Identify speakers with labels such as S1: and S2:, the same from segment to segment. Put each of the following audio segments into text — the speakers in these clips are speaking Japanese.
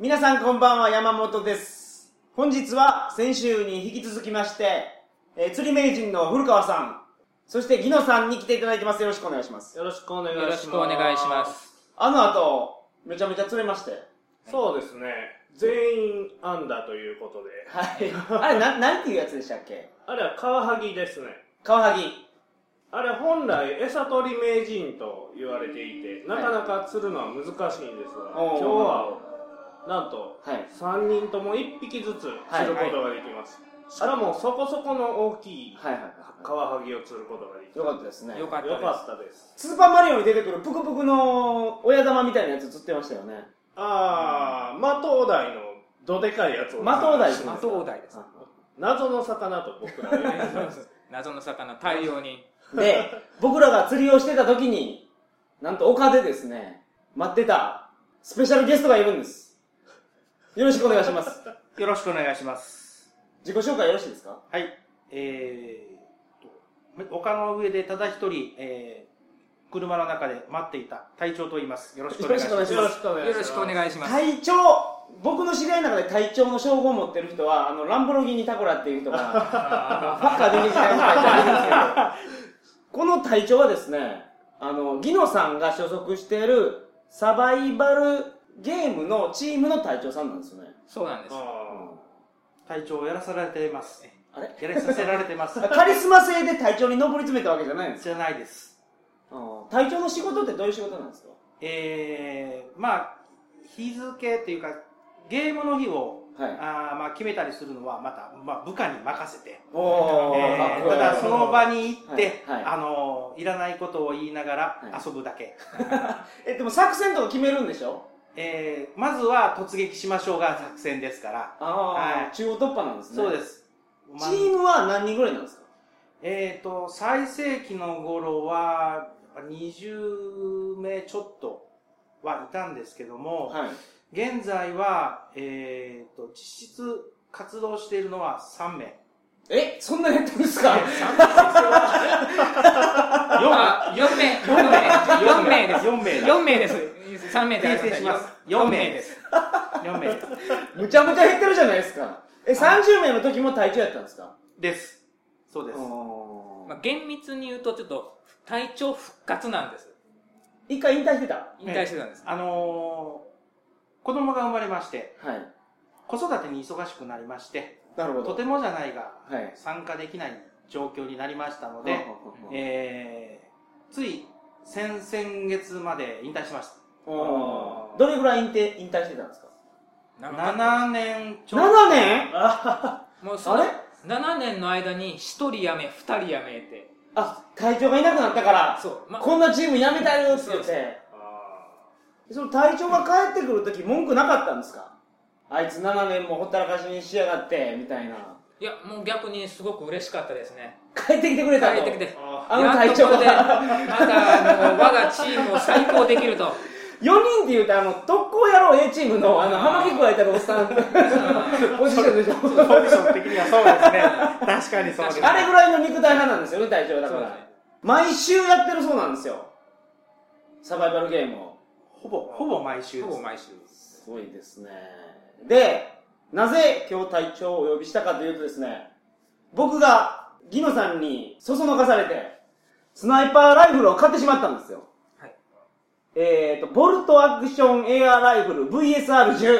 S1: 皆さんこんばんは、山本です。本日は先週に引き続きまして、えー釣り名人の古川さん、そしてギノさんに来ていただいてます。よろしくお願いします。
S2: よろしくお願いします。
S3: よろしくお願いします。
S1: あの後、めちゃめちゃ釣れまして。
S2: そうですね。全員アンダーということで。
S1: はい。 あれ、な、なんていうやつでしたっけ
S2: あれはカワハギですね。
S1: カワハギ。
S2: あれ本来餌取り名人と言われていて、
S1: は
S2: ないかなか釣るのは難しいんですが、
S1: おー
S2: 今日は、なんと、
S1: はい。
S2: 3人とも1匹ずつ釣ることができます。しかもそこそこの大きい
S1: はいはい
S2: カワハギを釣ることができ
S1: よかったですね。
S3: よかった
S2: た。
S3: で
S2: よ
S3: す。
S2: かったです。
S1: スーパーマリオに出てくるプクプクの親玉みたいなやつ釣ってましたよね。
S2: あー、マトウダイのどでかいやつを。
S1: マトウダイ
S3: あとお題です。
S2: 謎の魚と僕らは言います。
S3: 謎の魚、大量に。
S1: で、僕らが釣りをしてた時に、なんと丘でですね、待ってたスペシャルゲストがいるんです。よろしくお願いします。
S4: よろしくお願いします。
S1: 自己紹介よろしいですか
S4: はい。えー、と、丘の上でただ一人、えー、車の中で待っていた隊長と言います。よろしくお願いし
S1: よろ
S4: ま
S1: し
S4: す。
S1: くお
S2: よ
S1: 願い
S2: ろ
S1: し
S2: しくお願いします。
S3: よろしくお願いします。
S1: 隊長僕の知り合いの中で隊長の称号を持ってる人は、あの、ランボルギーニタコラっていう人が、
S3: あ
S1: パッカーできる隊長いるんですけど、この隊長はですね、あの、ギノさんが所属しているサバイバルゲームのチームの隊長さんなんですよね。
S3: ーそうなんです。
S2: あ
S4: 隊長をやらされています。
S1: あれ
S4: やらさせられて ます。
S1: カリスマ性で隊長に上り詰めたわけじゃないんです
S4: じゃないです。
S1: 隊長の仕事ってどういう仕事なんですか
S4: えー、まあ、日付っていうか、ゲームの日を、
S1: はい
S4: あーまあ、決めたりするのは、また、まあ、部下に任せて、
S1: お
S4: え
S1: お
S4: ー
S2: かっこいい
S4: ただその場に行って、
S1: はいはい
S4: あのーいらないことを言いなが
S1: は
S4: ら
S1: い
S4: 遊ぶだけ。
S1: えでも作戦とか決めるんでしょ
S4: えー、まずは突撃しましょうが作戦ですから。
S1: ああ、
S4: はい
S1: 中央突破なんですね
S4: そうですす。
S1: チームは何人ぐらいなんですか
S4: えっ、と、最盛期の頃は、20名ちょっとはいたんですけども、
S1: はい
S4: 現在は、えっ、と、実質活動しているのは3名。
S1: えそんなやってるんですか
S3: あ、4名、4名、4名です。
S4: 4名だ。
S3: 4名です。3名でありません
S4: 訂正します
S3: 4
S4: 4
S3: 名
S4: 名
S3: で。
S4: です4名
S1: むちゃむちゃ減ってるじゃないですかえ30名の時も隊長やったんですか
S4: です。そうです。
S1: おー
S3: まあ、厳密に言うと、ちょっと、体調復活なんです。
S1: 一回引退してたは
S3: 引退してたんです。
S4: あのー子供が生まれまして、
S1: い
S4: 子育てに忙しくなりまして、
S1: なるほど
S4: とてもじゃないが、
S1: はい
S4: 参加できない状況になりましたの
S1: は
S4: で
S1: は、は
S4: えー、つい先々月まで引退しまし
S1: おーどれぐらい引退引退してたんですか
S4: た。
S3: 長かった
S4: 7年ちょっと。
S1: 7年
S3: もうそ
S1: あ
S3: の
S1: れ
S3: 7年の間に1人辞め、2人辞めて。
S1: あ隊長がいなくなったから
S3: そう。まあ、
S1: こんなチームやめたよって言
S3: そう
S1: っ
S3: そ
S1: て
S2: あ
S1: その隊長が帰ってくるとき文句なかったんですかあいつ7年もほったらかしにしやがってみたいない
S3: や、もう逆にすごく嬉しかったですね。
S1: 帰ってきてく
S3: 帰
S1: れたと
S3: ってきて。
S2: あ
S1: あの体調が
S3: やっとここでまたあの我がチームを再興できると。
S1: 4人って言うとあの特攻野郎 A チームのあの浜木加えたおっ さんポジションでしょ
S4: ポジション的にはそうですね。確かにそうです、ね。
S1: あれぐらいの肉体派なんですよね隊長だか
S3: そうで
S1: ら、
S3: すね
S1: 毎週やってるそうなんですよサバイバルゲームを
S4: ほぼ、ほぼ毎週
S3: ほ
S4: で
S3: ぼ
S4: す。
S3: 毎週。
S1: すごいですね。で、なぜ今日隊長をお呼びしたかというとですね、僕がギノさんにそそのかされて、スナイパーライフルを買ってしまったんですよ。
S3: はい。
S1: えーと、ボルトアクションエアライフル VSR10。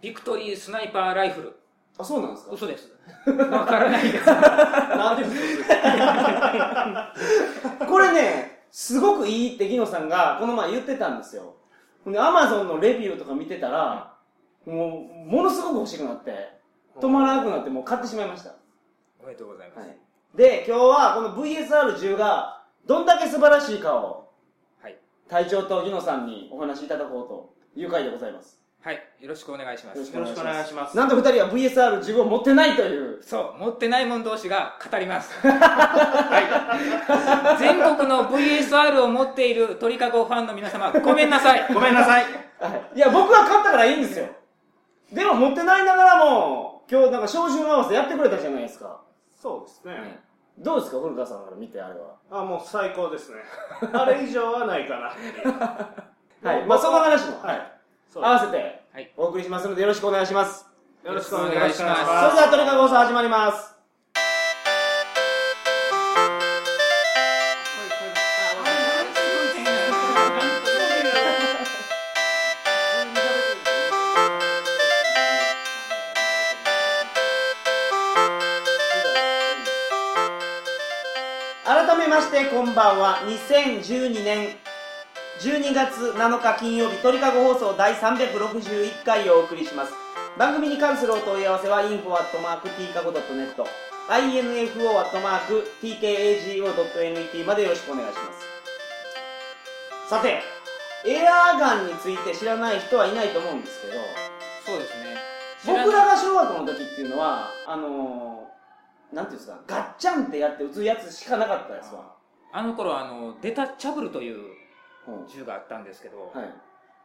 S3: ビクトリースナイパーライフル。
S1: あ、そうなんです
S3: 嘘です。わからないです。
S2: なんで普通
S1: これね、すごくいいってギノさんがこの前言ってたんですよ。ほんで、アマゾンのレビューとか見てたら、もう、ものすごく欲しくなって、止まらなくなってもう買ってしまいました。
S3: おめでとうございま
S1: は
S3: す。
S1: い、で、今日はこの VSR10 がどんだけ素晴らしいかを
S3: はい。
S1: 隊長とギノさんにお話しいただこうという回でございます。
S3: はい。よろしくお願いします。
S4: よろしくお願いします。
S1: なんと二人は VSR10 を持ってないという。
S3: そう、持ってない者同士が語ります。はい。全国の VSR を持っている鳥かごファンの皆様、 ごめんなさい。
S4: ごめんなさい。
S1: はい、いや、僕は勝ったからいいんですよ。でも持ってないながらも、今日なんか照準合わせやってくれたじゃないですか。
S2: そうですね。
S1: どうですか、古川さんから見てあれは。
S2: あ、もう最高ですね。あれ以上はないかなっていう。
S1: はい。
S2: もう
S1: まあ、その話も、
S2: はい
S1: はい。
S2: そう
S1: 合わせて
S3: はい
S1: お送りしますのでよろしくお願いします。
S2: よろしくお願いします。
S1: それではトリカゴ放送始まります。改めましてこんばんは2012年12月7日金曜日鳥かご放送第361回をお送りします番組に関するお問い合わせは info.tkago.net info.tkago.net までよろしくお願いしますさてエアーガンについて知らない人はいないと思うんですけど
S3: そうですね
S1: 僕らが小学校の時っていうのはあのー、なんていうんですかガッチャンってやって撃つやつしかなかったですわ、
S3: あの頃あのデタッチャブルという
S1: うん
S3: 銃があったんですけど、
S1: はい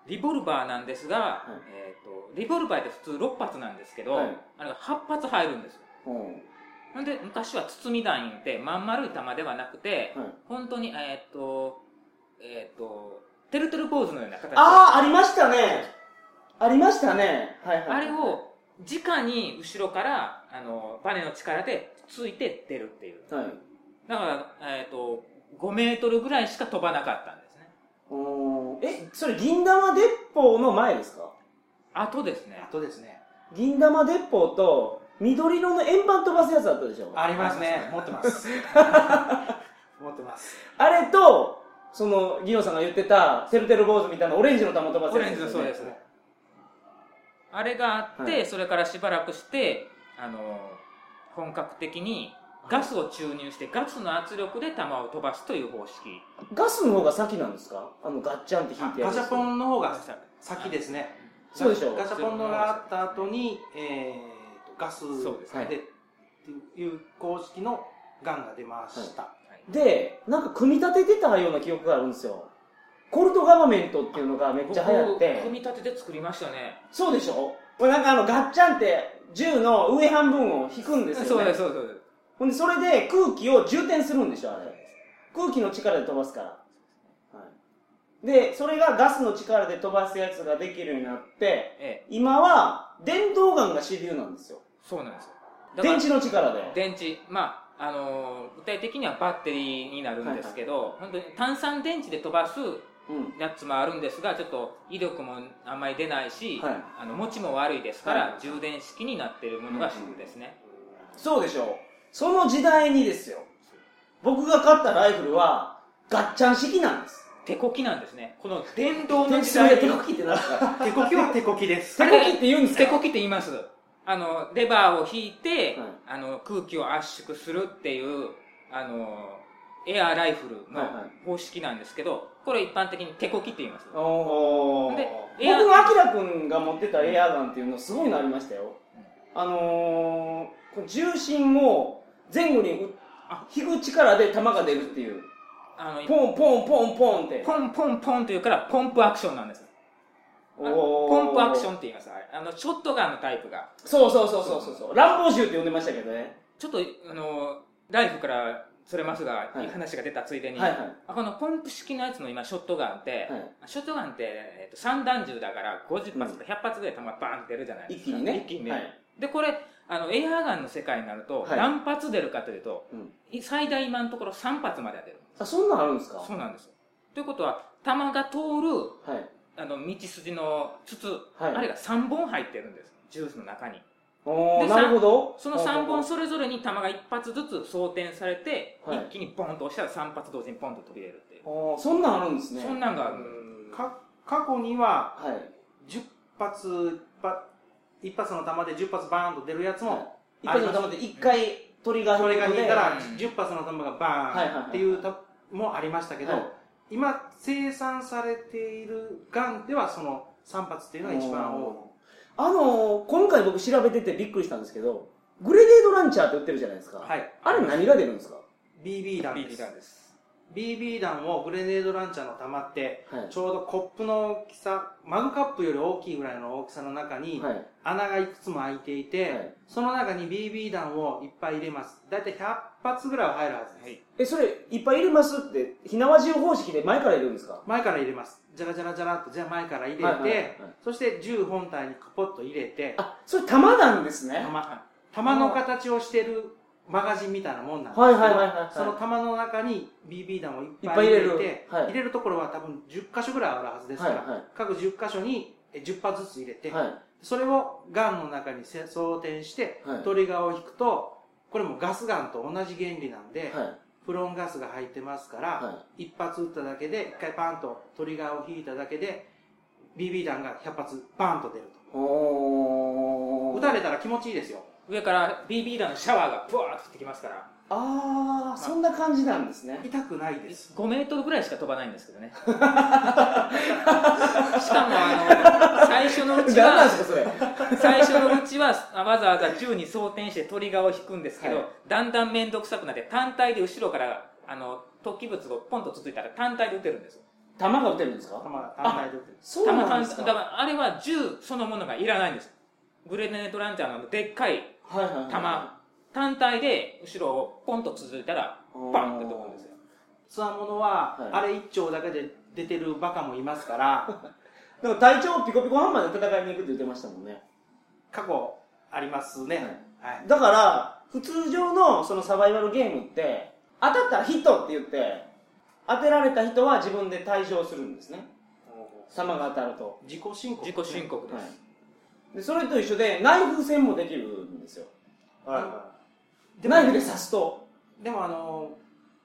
S3: リボルバーなんですが、
S1: い
S3: えー、とリボルバーって普通6発なんですけど、
S1: はい
S3: あれが8発入るんですよ
S1: うん
S3: ほんで昔は包み弾ってまん丸い弾ではなくて、
S1: はい
S3: 本当にえっ、とえっ、とてるてるポーズのような形
S1: ああ、ありましたね。ありましたね。はいはい。
S3: あれを直に後ろからあのバネの力でついて出るっていう
S1: はい。
S3: だから、えっと5メートルぐらいしか飛ばなかったんですね
S1: おーえ、それ銀玉鉄砲の前ですか
S3: あとですね
S4: あとですね。
S1: 銀玉鉄砲と緑色の円盤飛ばすやつあったでしょあ
S4: ありますね。持ってます。持ってます。
S1: れと、その、ギノさんが言ってた、てるてる坊主みたいなオレンジの玉飛ばす
S3: オ
S1: や
S3: レ
S1: つ
S3: ンジ
S1: よね
S3: のそうですねあれがあって、
S1: はい
S3: それからしばらくしてあの本格的にガスを注入してガスの圧力で弾を飛ばすという方式
S1: ガスの方が先なんですかあの、ガッチャンって引いてや
S4: ガ
S1: る
S4: シ
S1: やつ
S4: ャポンの方が先ですね。
S1: そうでしょ
S4: ガシャポンのがあった後に、えーと、ガス
S3: そうです
S1: ね
S4: で、っていう公式のガンが出ました。
S1: で、なんか組み立ててたような記憶があるんですよ。コルトガバメントっていうのがめっちゃ流行って。
S3: 僕組み立てて作りましたね
S1: そうでしょこれなんかあの、ガッチャンって、銃の上半分を引くんですよ、ね。
S3: そうですそうですそうです
S1: ほんで、それで空気を充填するんでしょ、あれ。空気の力で飛ばすから。はい、で、それがガスの力で飛ばすやつができるようになって、
S3: ええ
S1: 今は、電動ガンが主流なんですよ。
S3: そうなんですよだから
S1: 電池の力で。
S3: 電池まああの具体的にはバッテリーになるんですけど、本当に炭酸電池で飛ばす
S1: うん。
S3: やつもあるんですがちょっと威力もあんまり出ないし、
S1: はい
S3: あの持ちも悪いですから、
S1: はい
S3: 充電式になっているものが主流ですね、
S1: そうでしょその時代にですよ。僕が買ったライフルは、ガッチャン式なんです。
S3: 手こきなんですねこの電動の
S1: 手
S3: 時
S1: それ
S3: 代
S1: で手こきってなんですか
S4: 手こきは手こきです。
S1: 手こきって言うんですか
S3: 手こきって言いますあのレバーを引いて、
S1: はい
S3: あの空気を圧縮するっていうあのエアーライフルの
S1: はいはい
S3: 方式なんですけど、これ一般的に手こきって言います
S1: おー
S3: でエア
S1: 僕はアキラくんが持ってたエアガンっていうのすごいのありましたよ、あのー、この重心を前後にう
S3: あ
S1: 引く力で弾が出るっていう
S3: あの
S1: ポンポンポンポンって
S3: ポンポンポンというからポンプアクションなんですあのポンプアクション
S1: ン
S3: って言いますあれあのショットガンのタイプが
S1: そうそうそうそうそうそう乱暴銃って呼んでましたけどね
S3: ちょっとあのライフからそれますが、
S1: はい
S3: いい話が出たついでに、
S1: はいはい
S3: あこのポンプ式のやつの今ショットガンって、
S1: はい
S3: ショットガンって、えっと、3段銃だから50発とか100発ぐらい弾がバーンって出るじゃないです
S1: 一
S3: か
S1: 気にね
S3: 一気にね、
S1: はい
S3: でこれあのエアーガンの世界になると、
S1: はい
S3: 何発出るかというと
S1: うん
S3: い最大今のところ3発までは出る
S1: あそんなんあるんですか
S3: そうなんですよということは弾が通る
S1: はい
S3: あの道筋の筒、
S1: はい
S3: あれが3本入ってるんですジュースの中に
S1: おー
S3: で
S1: なるほど
S3: その3
S1: ほうほう
S3: 本
S1: ほ
S3: それぞれに弾が1発ずつ装填されて、
S1: はい
S3: 一気にポンと押したら3発同時にポンと飛び出るっていう
S1: うおーそんなんあるんですね
S3: そんなんがある
S4: か過去には、
S1: はい
S4: 10発、ば一発の弾で10発バーンと出るやつも、
S1: 一発の弾で一回トリガー
S4: それが
S1: 引く
S4: 引
S1: で
S4: いたら
S3: うん
S4: 10発の弾が
S1: はい
S4: バ
S1: はいは
S4: ー
S1: い
S4: ンっていうたもありましたけど、
S1: はい
S4: 今生産されているガンではその3発っていうのが一番多い。
S1: あのー今回僕調べててびっくりしたんですけど、グレネードランチャーって売ってるじゃないですか。
S4: はい。
S1: あれ何が出るんですか
S4: BB 弾です。
S3: BB 弾です
S4: BB 弾をグレネードランチャーの弾って、
S1: はい
S4: ちょうどコップの大きさ、マグカップより大きいぐらいの大きさの中に、
S1: はい。
S4: 穴がいくつも開いていて、
S1: はい
S4: その中に BB 弾をいっぱい入れます。だいたい100発ぐらいは入るはずです。
S3: はい
S1: え、それ、いっぱい入れますって、火縄銃方式で前から入れるんですか
S4: 前から入れます。じゃらじゃらじゃらっと、じゃあ前から入れて、
S1: はいはいはい
S4: そして銃本体にカポッと入れて、
S1: あ、それ弾なんですね。
S4: 弾、弾の形をしてるマガジンみたいなもんなんですけど、
S1: はいはいはいはい。
S4: その弾の中に BB 弾をいっぱい
S1: いっ
S4: 入
S1: ぱい
S4: れ
S1: 入れる
S4: て、入れ
S1: はい
S4: るところは多分10箇所ぐらいあるはずですから、
S1: はいはい
S4: 各10箇所にえ10発ずつ入れて、
S1: はい。
S4: それをガンの中にせ装填して、
S1: はい
S4: トリガーを引くと、これもガスガンと同じ原理なんで、
S1: はい。
S4: フロンガスが入ってますから、
S1: は
S4: 一発撃っただけで、一回パンとトリガーを引いただけで、BB 弾が100発バーンと出ると。
S1: お
S4: 撃たれたら気持ちいいですよ。
S3: 上から BB 弾のシャワーがブワーッと降ってきますから
S1: ああ、そんな感じなんですね。
S4: 痛くないです。
S3: 5メートルぐらいしか飛ばないんですけ どねしかもあの最初のうち
S1: 何なんです
S3: は
S1: か、それ。
S3: 最初のうちはあわざわざ銃に装填してトリガーを引くんですけど、
S1: はい
S3: だんだん面倒くさくなって単体で後ろからあの突起物をポンとつついたら単体で撃てるんです
S1: 弾が撃てるんですか
S4: 弾が単体で撃てる。
S1: そう
S3: 弾
S1: なん
S3: 単
S1: ですか
S3: だからあれは銃そのものがいらないんですグレネードランチャーのでっかい
S1: はいはいはい。
S3: 弾単体で後ろをポンと続いたらバンって飛ぶんですよ
S4: つわものは、
S1: はい
S4: あれ一丁だけで出てるバカもいますから、
S1: でも隊長ピコピコハンマーで戦いに行くって言ってましたもんね。
S4: 過去ありますね。はい。
S1: だから、普通常のそのサバイバルゲームって、当たったらヒットって言って、当てられた人は自分で退場するんですね。様が当たると。
S4: 自己申告、
S3: 自己申告です、
S1: はい。で、それと一緒で、ナイフ戦もできるんですよ。
S2: はいは
S1: でナイフで刺すと。
S4: でもあの、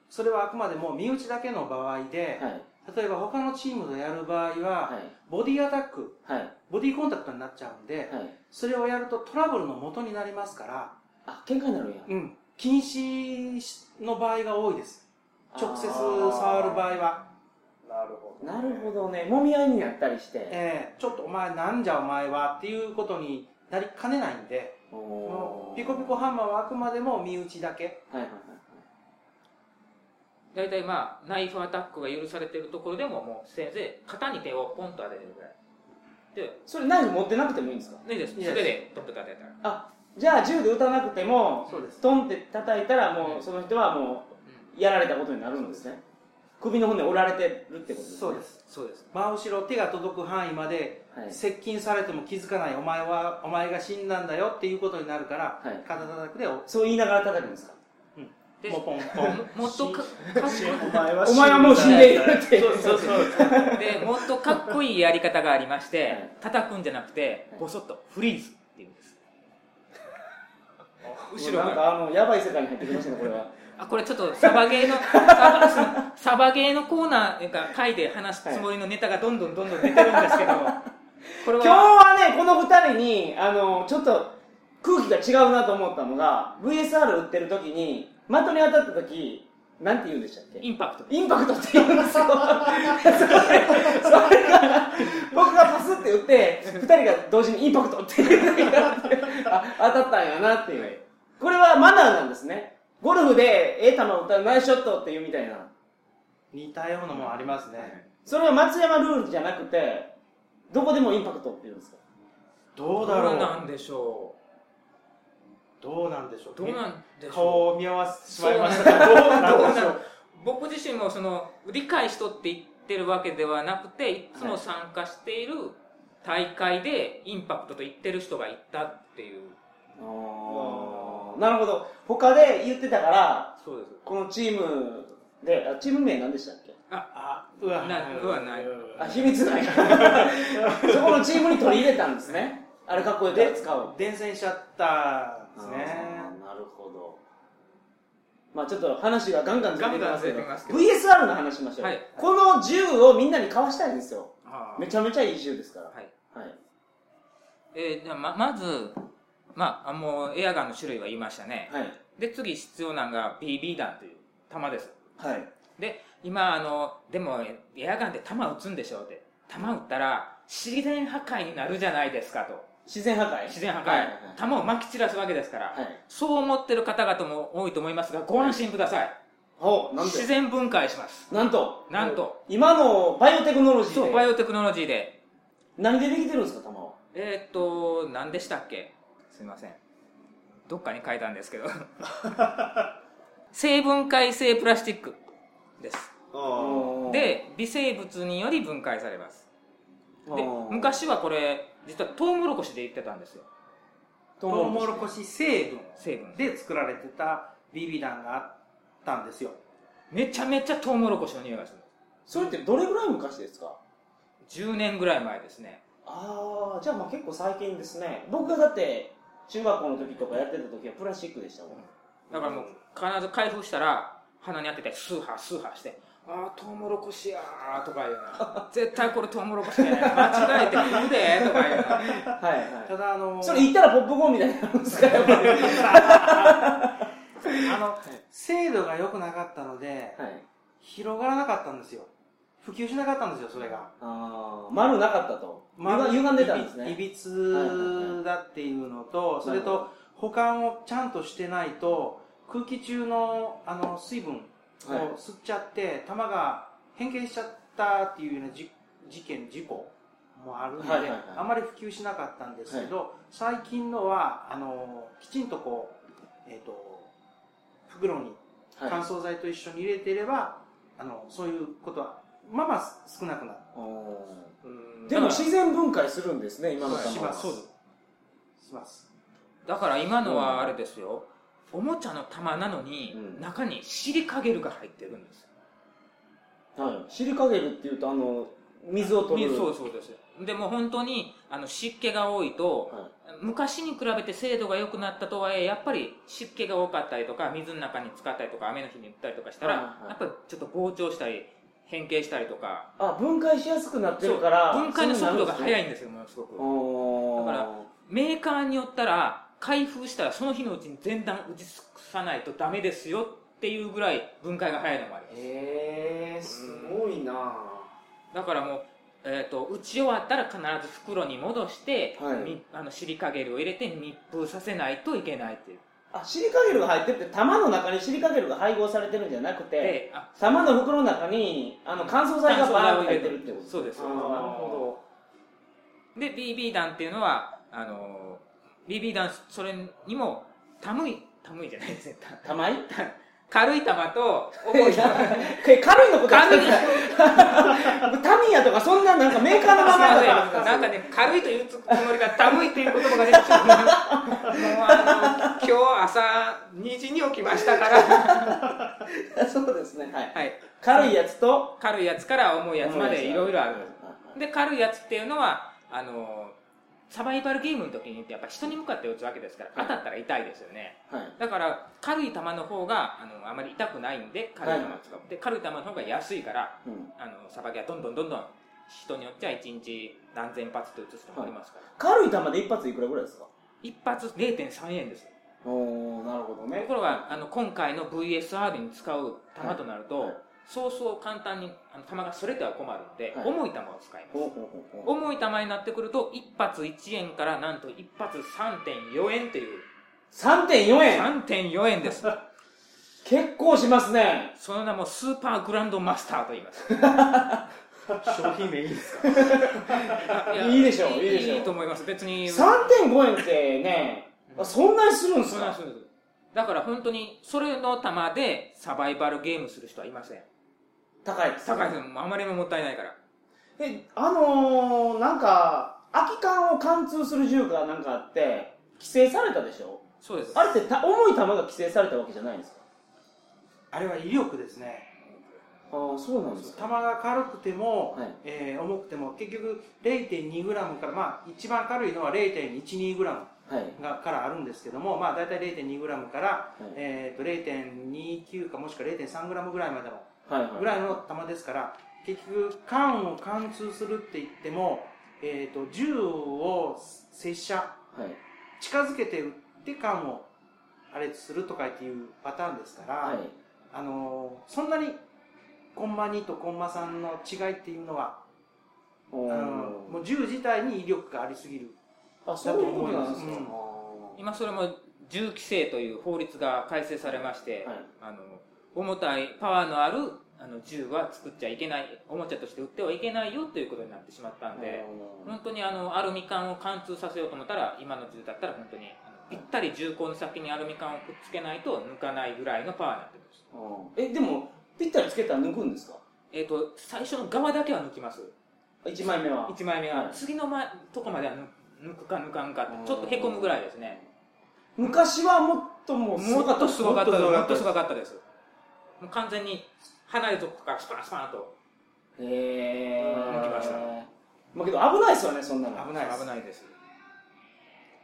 S4: それはあくまでも身内だけの場合で、
S1: はい。
S4: 例えば他のチームとやる場合は、
S1: はい。
S4: ボディアタック、
S1: はい。
S4: ボディコンタクトになっちゃうんで、
S1: はい。
S4: それをやるとトラブルの元になりますから、
S1: あ、喧嘩になるんや。
S4: うん、禁止の場合が多いです。直接触る場合は、
S2: いなるほど
S1: なるほどね。揉み合いになったりして。
S4: えーちょっとお前なんじゃお前はっていうことになりかねないんで、
S1: おー
S4: ピコピコハンマーはあくまでも身内だけ。
S1: はいはいはい。
S3: 大体まあナイフアタックが許されてるところでももう先生肩に手をポンと当ててるぐらいで
S1: それナイフ持ってなくてもいいんですか
S3: いいです
S4: いいです
S3: 素手でポンと当てたら、
S1: あ、じゃあ銃で撃たなくても、
S4: そうです。
S1: トンって叩いたらもうその人はも
S3: うん
S1: うやられたことになるんですね首の骨折られてるってことですね
S4: そうです。
S3: そうです
S4: 真後ろ手が届く範囲まで
S1: はい
S4: 接近されても気づかないお前はお前が死んだんだよっていうことになるから、
S1: はい
S4: 肩叩くでお
S1: そう言いながら叩くんですか
S3: で
S4: もうポンポン
S3: ももっ とかかっこいい
S2: お前は
S1: お前はもう死んでいるって
S2: そうそうそう
S3: でもっとかっこいいやり方がありまして、
S1: はい
S3: 叩くんじゃなくて
S1: はい
S3: ボソッとフリーズって言うんです後ろ
S1: もうなん
S3: から
S1: かあのやばい世界に入ってきました ねこれは
S3: あこれちょっとサバゲーのサバサバゲーのコーナーなんか書いて話すつもりのネタがどんどんどんどん出てるんですけど、これ
S1: 今日
S3: は
S1: はねこの2人にあのちょっと空気が違うなと思ったのが VSR 打ってる時に的に当たった時なんて言うんでしたっけ
S3: インパクト
S1: インパクトって言うんですよ。それそれが、僕がパスって打って、二人が同時にインパクトって言ってあ、当たったんやなっていう。これはマナーなんですね。ゴルフで、ええ球打ったらナイスショットっていうみたいな。
S4: 似たようなもんありますね。
S1: それは松山ルールじゃなくて、どこでもインパクトって言うんですか
S4: どうだろ
S3: どう
S4: う
S3: なんでしょ
S4: どうなんでしょ
S3: う
S4: う
S3: どうなんでしょ
S4: 顔を見合わせてしまいましたがどう
S3: う
S4: なん
S3: どう
S4: でしょ
S3: な
S4: う
S3: 僕自身もその理解しとって言ってるわけではなくていつも参加している大会でインパクトと言ってる人がいたっていう
S1: あーなるほど。他で言ってたから、
S3: そうです
S1: このチームで、あチーム名何でしたっけ
S4: あ、うわ、
S3: なうわない
S1: あ、秘密 なんや。そこのチームに取り入れたんですね。あれかっこいいから使おう。
S4: 伝染しちゃったんですね。
S1: あーなるほど。まあちょっと話がガンガンずれてますけど、
S3: ガンガンずれてますけど
S1: VSR の話しましょう、
S3: はい
S1: この銃をみんなに交わしたいんですよ。
S4: あー
S1: めちゃめちゃいい銃ですから。
S3: はい
S1: はい。
S3: えーじゃあままず、まあ、あもうエアガンの種類は言いましたね、
S1: はい。
S3: で次必要なのが BB 弾という弾です
S1: はい。
S3: で今あのでもエアガンで弾撃つんでしょうって弾撃ったら自然破壊になるじゃないですかと
S1: 自然破壊
S3: 自然破壊、
S1: はいはい
S3: 弾をまき散らすわけですから、
S1: はい。
S3: そう思ってる方々も多いと思いますがご安心ください、
S1: ほう、なんで
S3: 自然分解します。
S1: なんと。
S3: なんと。
S1: 今のバイオテクノロジーで。
S3: そう、バイオテクノロジーで。
S1: 何でできてるんですか、玉は。
S3: えーっと、何でしたっけすいません。どっかに書いたんです けど。生分解性プラスチックです。
S2: あ
S3: で、微生物により分解されます。
S1: うん、
S3: で
S1: うん、
S3: 昔はこれ、実はトウモロコシで言ってたんですよ。
S1: ト
S4: トウモロコシ成分
S3: 成分。
S4: で作られてたビビ弾があったんですよ。
S3: めちゃめちゃトウモロコシの匂いがする。
S1: それってどれぐらい昔ですか
S3: 10年ぐらい前ですね。
S1: ああ、じゃあまあ結構最近ですね。僕がだって、中学校の時とかやってた時はプラスチックでしたもん。
S3: だからもう必ず開封したら鼻に当ててスーハースーハーして「ああトウモロコシやー」とか言う な「絶対これトウモロコシやね間違えて食うで」とか言うな
S1: はいは
S4: ただあ の
S1: い。それ言ったらポップコーンみたいになるんですかやっぱり。はい。
S4: あの精度が良くなかったので広がらなかったんですよ。普及しなかったんですよそれが。
S1: ああ、丸なかったと。
S4: まあ
S1: 歪歪んでたんですね。
S4: いびいびつだっていうのと、それと保管をちゃんとしてないと、空気中のあの水分を
S1: はい
S4: 吸っちゃって、玉が変形しちゃったっていうようなじ事件、事故もあるので、
S1: はいはいはい
S4: あまり普及しなかったんですけど、最近のは、あの、きちんとこう、えっ、と、袋に
S1: はい
S4: 乾燥剤と一緒に入れていれば、あの、そういうことは、まあまあ少なくなる。
S1: お
S2: うん
S1: ーでも自然分解するんですね、今の
S4: し
S1: 玉
S4: ま
S1: は。
S4: す。します。
S3: だから今のはあれですよおもちゃの玉なのに、
S1: うん
S3: 中にシリカゲルが入ってるんですよ
S1: はい。シリカゲルっていうと、あの、水を取る。
S3: そうそうですでも本当にあの湿気が多いと、
S1: は
S3: 昔に比べて精度が良くなったとはいえやっぱり湿気が多かったりとか水の中に使ったりとか雨の日に打ったりとかしたら、
S1: はいはいはい
S3: やっぱりちょっと膨張したり変形したりとか
S1: あ、分解しやすくなってるから。
S3: 分解の速度が速
S1: い。
S3: いんですよものすごく
S1: おー
S3: だからメーカーによったら開封したらその日のうちに全段打ち尽くさないとダメですよっていうぐらい分解が早いのもあります
S1: へえー、すごいな
S3: だからもう、えー、と打ち終わったら必ず袋に戻して、
S1: はい
S3: みあのシリカゲルを入れて密封させないといけないっていう
S1: あシリカゲルが入ってて玉の中にシリカゲルが配合されてるんじゃなくて
S3: であ
S1: 玉の袋の中にあの乾燥剤がバーッと入ってるってこと
S3: そうです
S1: あーなるほ
S3: で BB 弾っていうのはあのー BB 弾それにも寒い寒いじゃないですね
S1: ど玉い
S3: 軽い球と重い球
S1: え軽いのこと
S3: 軽い
S1: 僕タミヤとかそんななんかメーカーの名前だから
S3: なんかね、軽いというつもりが、寒いという言葉が出てきた。もうあの、今日朝2時に起きましたから、
S1: そうですねはい
S3: はい、
S1: 軽いやつと
S3: 軽いやつから重いやつまでいろいろある。で、軽いやつっていうのは、あの、サバイバルゲームの時にやっぱ人に向かって打つわけですから、当たったら痛いですよね。
S1: はい
S3: だから、軽い球の方が、あの、あまり痛くないんで、軽い球を使う。で、軽い球の方が安いから、
S1: うん
S3: あの、さばきはどんどんどんどん、人によっては1日何千発と打つ人もありますから。
S1: 軽い玉で一発いくらぐらいですか
S3: 一発0.3円です
S1: おおなるほど
S3: ところがあの今回の VSR に使う弾となると、
S1: はいはい
S3: そうそう簡単にあの弾がそれては困るので、
S1: はい
S3: 重い弾を使います
S1: ほうほうほうほう
S3: 重い弾になってくると一発1円からなんと一発3.4円という
S1: 3.4円
S3: 3.4円です
S1: 結構しますね
S3: その名もスーパーグランドマスターと言います
S4: 商品名いいですか
S3: や
S1: いいでしょういいでしょう
S3: いいと思います別に
S1: 3.5円ってね、あそんなにするんです
S3: そんな
S1: か
S3: そうですだから本当にそれの弾でサバイバルゲームする人はいません
S1: 高いです
S3: 高いですあまりにももったいないから
S1: えあのー、なんか空き缶を貫通する銃がなんかあって規制されたでしょ
S3: そうです
S1: あれってた重い弾が規制されたわけじゃないんですか
S4: あれは威力ですね。
S1: ああそうなんです
S4: 球
S1: か
S4: が軽くても、
S1: はい
S4: えー重くても結局 0.2g から、まあ、一番軽いのは 0.12g が
S1: はい
S4: からあるんですけども、まあ、大体 0.2g から、
S1: い
S4: えーと0.29かもしくは 0.3g ぐらいまでの
S1: はいはい
S4: ぐらいの球ですから結局缶を貫通するって言っても、えー、と銃を接射
S1: はい
S4: 近づけて撃って缶を破裂するとかっていうパターンですから。
S1: はい
S4: あのーそんなにコンマ2とコンマ3の違いっていうのは、
S1: お
S4: あ
S1: ー
S4: のーもう銃自体に威力がありすぎる
S1: あそういうことなんですか、
S4: うん
S1: あ
S3: 今それも銃規制という法律が改正されまして、
S1: はい
S3: あの重たいパワーのあるあの銃は作っちゃいけないおもちゃとして売ってはいけないよということになってしまったんで、本当にあのアルミ缶を貫通させようと思ったら今の銃だったら本当にあのぴったり銃口の先にアルミ缶をくっつけないと抜かないぐらいのパワーになってます
S1: うんえでもぴったりつけたら抜くんですか
S3: えっ、と最初の側だけは抜きます
S1: 1枚目は
S3: 1枚目は、
S1: はい
S3: 次の前とこまでは抜抜くか抜かんかってちょっとへこむぐらいですね
S1: 昔はもっともう
S3: もっとすごかったです
S2: もっ
S3: もっ
S2: と
S3: と
S2: す
S3: すごかったですもう完全に離れとくからスパンスパンと
S1: へえ
S3: 抜きました
S1: まあけど危ないですよねそんなの
S4: 危ないです
S3: 危ないです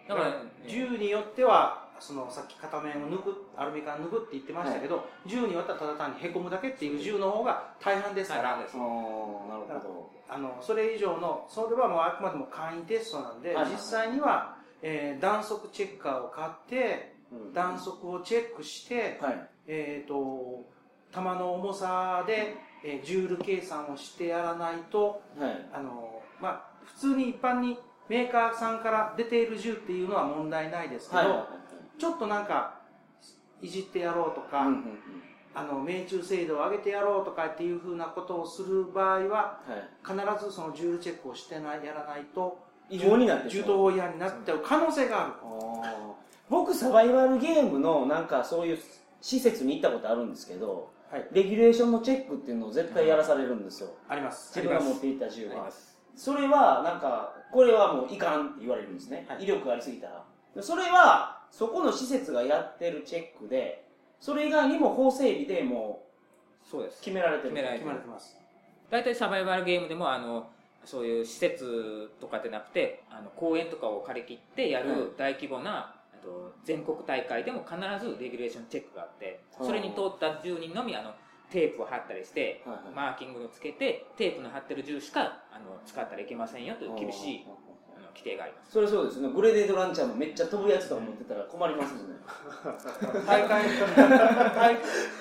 S3: だ
S4: だ
S3: か、
S4: からら銃によってはそのさっき片面を抜くアルミ缶抜くって言ってましたけど、銃によってはただ単にへこむだけっていう銃の方が大半ですから、
S3: です
S1: あーなるほ
S4: あのそれ以上のそれはもうあくまでも簡易テストなんで、
S1: はいはい
S4: 実際には、えー弾速チェッカーを買って
S1: ど、うん
S4: 弾速をチェックして、
S1: はい
S4: えー、と弾の重さで、えージュール計算をしてやらないと
S1: はい
S4: あの、まあ、普通に一般にメーカーさんから出ている銃っていうのは問題ないですけど、
S1: はい
S4: ちょっとなんかいじってやろうとか、
S1: うんうんうん
S4: あの命中精度を上げてやろうとかっていうふうなことをする場合は
S1: は
S4: 必ずそのジュールチェックをしてないやらないと
S1: い違法になってしま
S4: 銃
S1: う
S4: 刀違反になっちゃう可能性がある
S1: あー僕サバイバルゲームのなんかそういう施設に行ったことあるんですけど、
S4: はい
S1: レギュレーションのチェックっていうのを絶対やらされるんですよ、
S4: あります
S1: 自分が持っていった銃
S3: あり
S1: は
S3: ます
S1: それはなんかこれはもういかんって言われるんですね、
S4: はい
S1: 威力ありすぎたらそれはそこの施設がやってるチェックでそれ以外にも法整備でも
S3: そうで
S1: う
S3: す
S1: 決められてる
S3: 決められ
S4: 決
S3: て
S4: ま
S3: る
S4: れてます
S3: 大体サバイバルゲームでもあのそういう施設とかでなくてあの公園とかを借り切ってや
S1: は
S3: る大規模な、あと全国大会でも必ずレギュレーションチェックがあって
S1: うん
S3: それに通った10人のみあのテープを貼ったりして
S1: はいはい
S3: マーキングをつけてテープの貼ってる銃しかあの使ったらいけませんよという厳しいあの規定があります
S1: それそうですねグレネードランチャーのめっちゃ飛ぶやつとか持ってたら困りますもんね
S4: 大会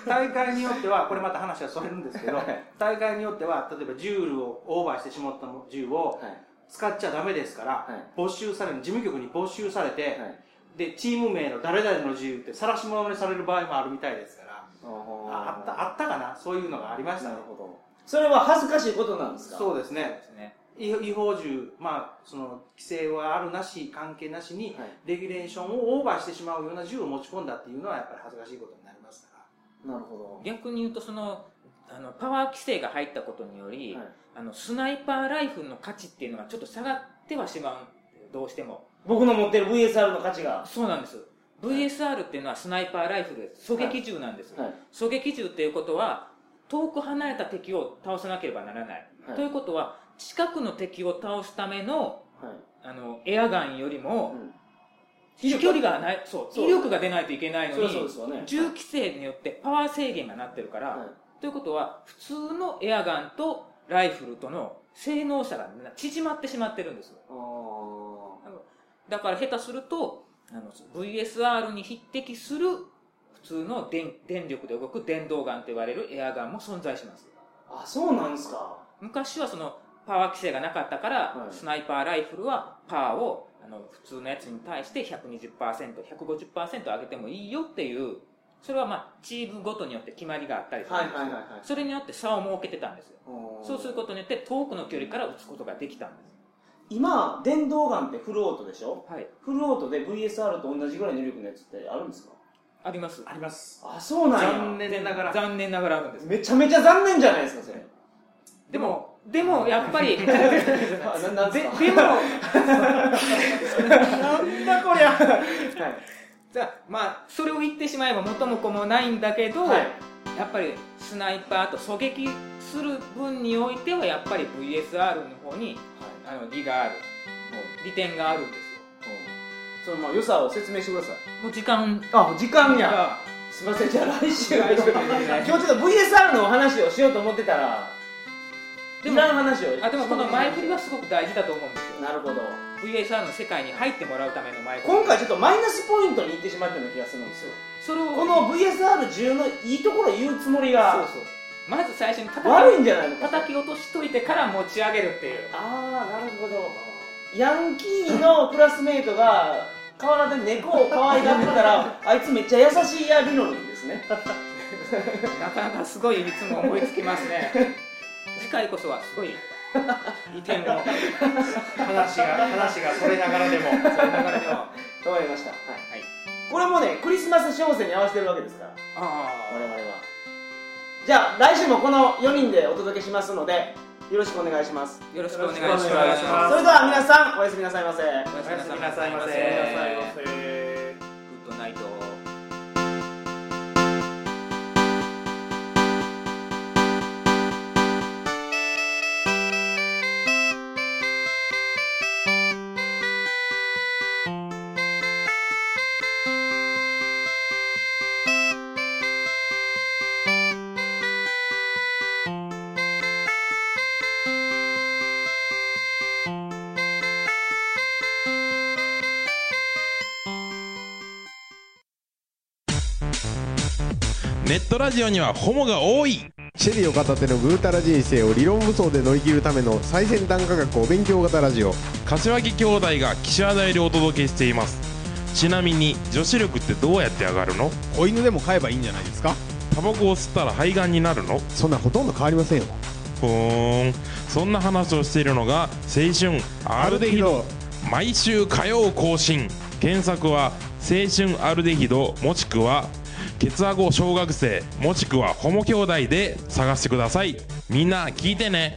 S4: 大大会によってはこれまた話はそれるんですけど大会によっては例えばジュールをオーバーしてしまった銃を
S1: はい
S4: 使っちゃダメですから、
S1: はい
S4: 没収される事務局に没収されて、
S1: はい
S4: でチーム名の誰々の自由って晒し物にされる場合もあるみたいですからああったあったかなそういうのがありました
S1: な
S4: ね
S1: るほどそれは恥ずかしいことなんですか
S4: そうです
S3: そう
S4: ね
S3: ですね
S4: 違違法銃まあその規制はあるなし関係なしに、
S1: はい
S4: レギュレーションをオーバーしてしまうような銃を持ち込んだっていうのはやっぱり恥ずかしいことになりますから
S1: なるほ
S3: 逆に言うとそのあのパワー規制が入ったことにより、
S1: ど、はい
S3: あのスナイパーライフルの価値っていうのがちょっと下がってはしまうどうしても
S1: 僕の持ってる VSR の価値が
S3: そうなんです VSR っていうのはスナイパーライフルです狙撃銃なんです、
S1: はい
S3: 狙撃銃っていうことは遠く離れた敵を倒さなければならない、
S1: はい
S3: ということは近くの敵を倒すための
S1: はい
S3: あのエアガンより
S1: う
S3: も
S1: ん
S3: 飛距離がないそう
S1: そう
S3: 威力が出ないといけないの
S1: そ
S3: に
S1: りゃそうですよね
S3: 銃規制によってパワー制限がなってるから、
S1: はい
S3: ということは普通のエアガンとライフルとの性能差が縮まってしまってるんです
S1: あー
S3: だから下手するとあの VSR に匹敵する普通の電電力で動く電動ガンと言われるエアガンも存在します
S1: あそうなんですか
S3: 昔はそのパワー規制がなかったから、
S1: はい
S3: スナイパーライフルはパワーをあの普通のやつに対して 120%150% 上げてもいいよっていうそれはまあチームごとによって決まりがあったりするんですよ、
S1: はいはいはいはい
S3: それによって差を設けてたんですよそうする
S1: と
S3: ことによって遠くの距離から撃つことができたんです。
S1: 今電動ガンってフルオートでしょ
S3: はい。
S1: フルオートで VSR と同じぐらいの威力のやつってあるんですか
S3: あります。
S4: あります
S1: あそうなんや
S4: 残念ながら
S3: 残念ながらあるんです。
S1: めちゃめちゃ残念じゃないですかそれ
S3: でも、でも、やっぱ り、で、で
S1: あななんですか
S3: も、
S4: なんだこりゃ
S1: はい
S3: じゃあまあ、それを言ってしまえば元も子もないんだけど、
S1: はい
S3: やっぱりスナイパーと狙撃する分においては、やっぱり VSR の方に、あの、利がある、利点があるんですよ。
S1: そのまあ良さを説明してください
S3: もう時間
S1: あ時間や
S3: が、
S1: すいませんじゃあ来週
S3: 来週
S1: 今日ちょっと VSR のお話をしようと思ってたら
S3: で
S1: い
S3: も
S1: らん話を
S3: あ、でもこの前振りはすごく大事だと思うんですよ。
S1: なるほど
S3: VSR の世界に入ってもらうための前振り
S1: 今回ちょっとマイナスポイントに行ってしまったような気がするんですよ
S3: それを
S1: この VSR10 のいいところを言うつもり
S3: そう
S1: が
S3: そうまず最初に叩
S1: 悪い
S3: き
S1: んじゃないのか
S3: 叩き落としといてから持ち上げるっていう
S1: ああなるほどヤンキーのクラスメートが河原で猫を可愛がってたらあいつめっちゃ優しいや理論ですね
S3: なかなかすごいいつも思いつきま すね。次回こそはすごい移転を
S4: 話が話がそれながらでも
S3: その流れでは。は
S1: わかりました。はい。
S3: い。
S1: これもね、クリスマス商戦に合わせてるわけですから、我
S3: あ
S1: 々は。じゃあ、来週もこの4人でお届けしますので、よろしくお願いします。
S3: あ、よろしくお願いし
S2: よ
S3: ま
S2: ろ
S3: す
S2: しくお願いしま。
S1: それでは皆さん、おやすみなさいませ。
S3: おやすみなさいませ。グッドナイト。
S5: ネットラジオにはホモが多い
S6: シェリーを片手のぐうたら人生を理論武装で乗り切るための最先端科学お勉強型ラジオ
S5: 柏木兄弟が岸和田よりお届けしていますちなみに女子力ってどうやって上がるの
S6: 子犬でも飼えばいいんじゃないですか
S5: タバコを吸ったら肺がんになるの
S6: そんなほとんど変わりませんよ
S5: ふーんそんな話をしているのが青春アルデヒド毎週火曜更新検索は青春アルデヒドもしくはケツアゴ小学生もしくはホモ兄弟で探してくださいみんな聞いてね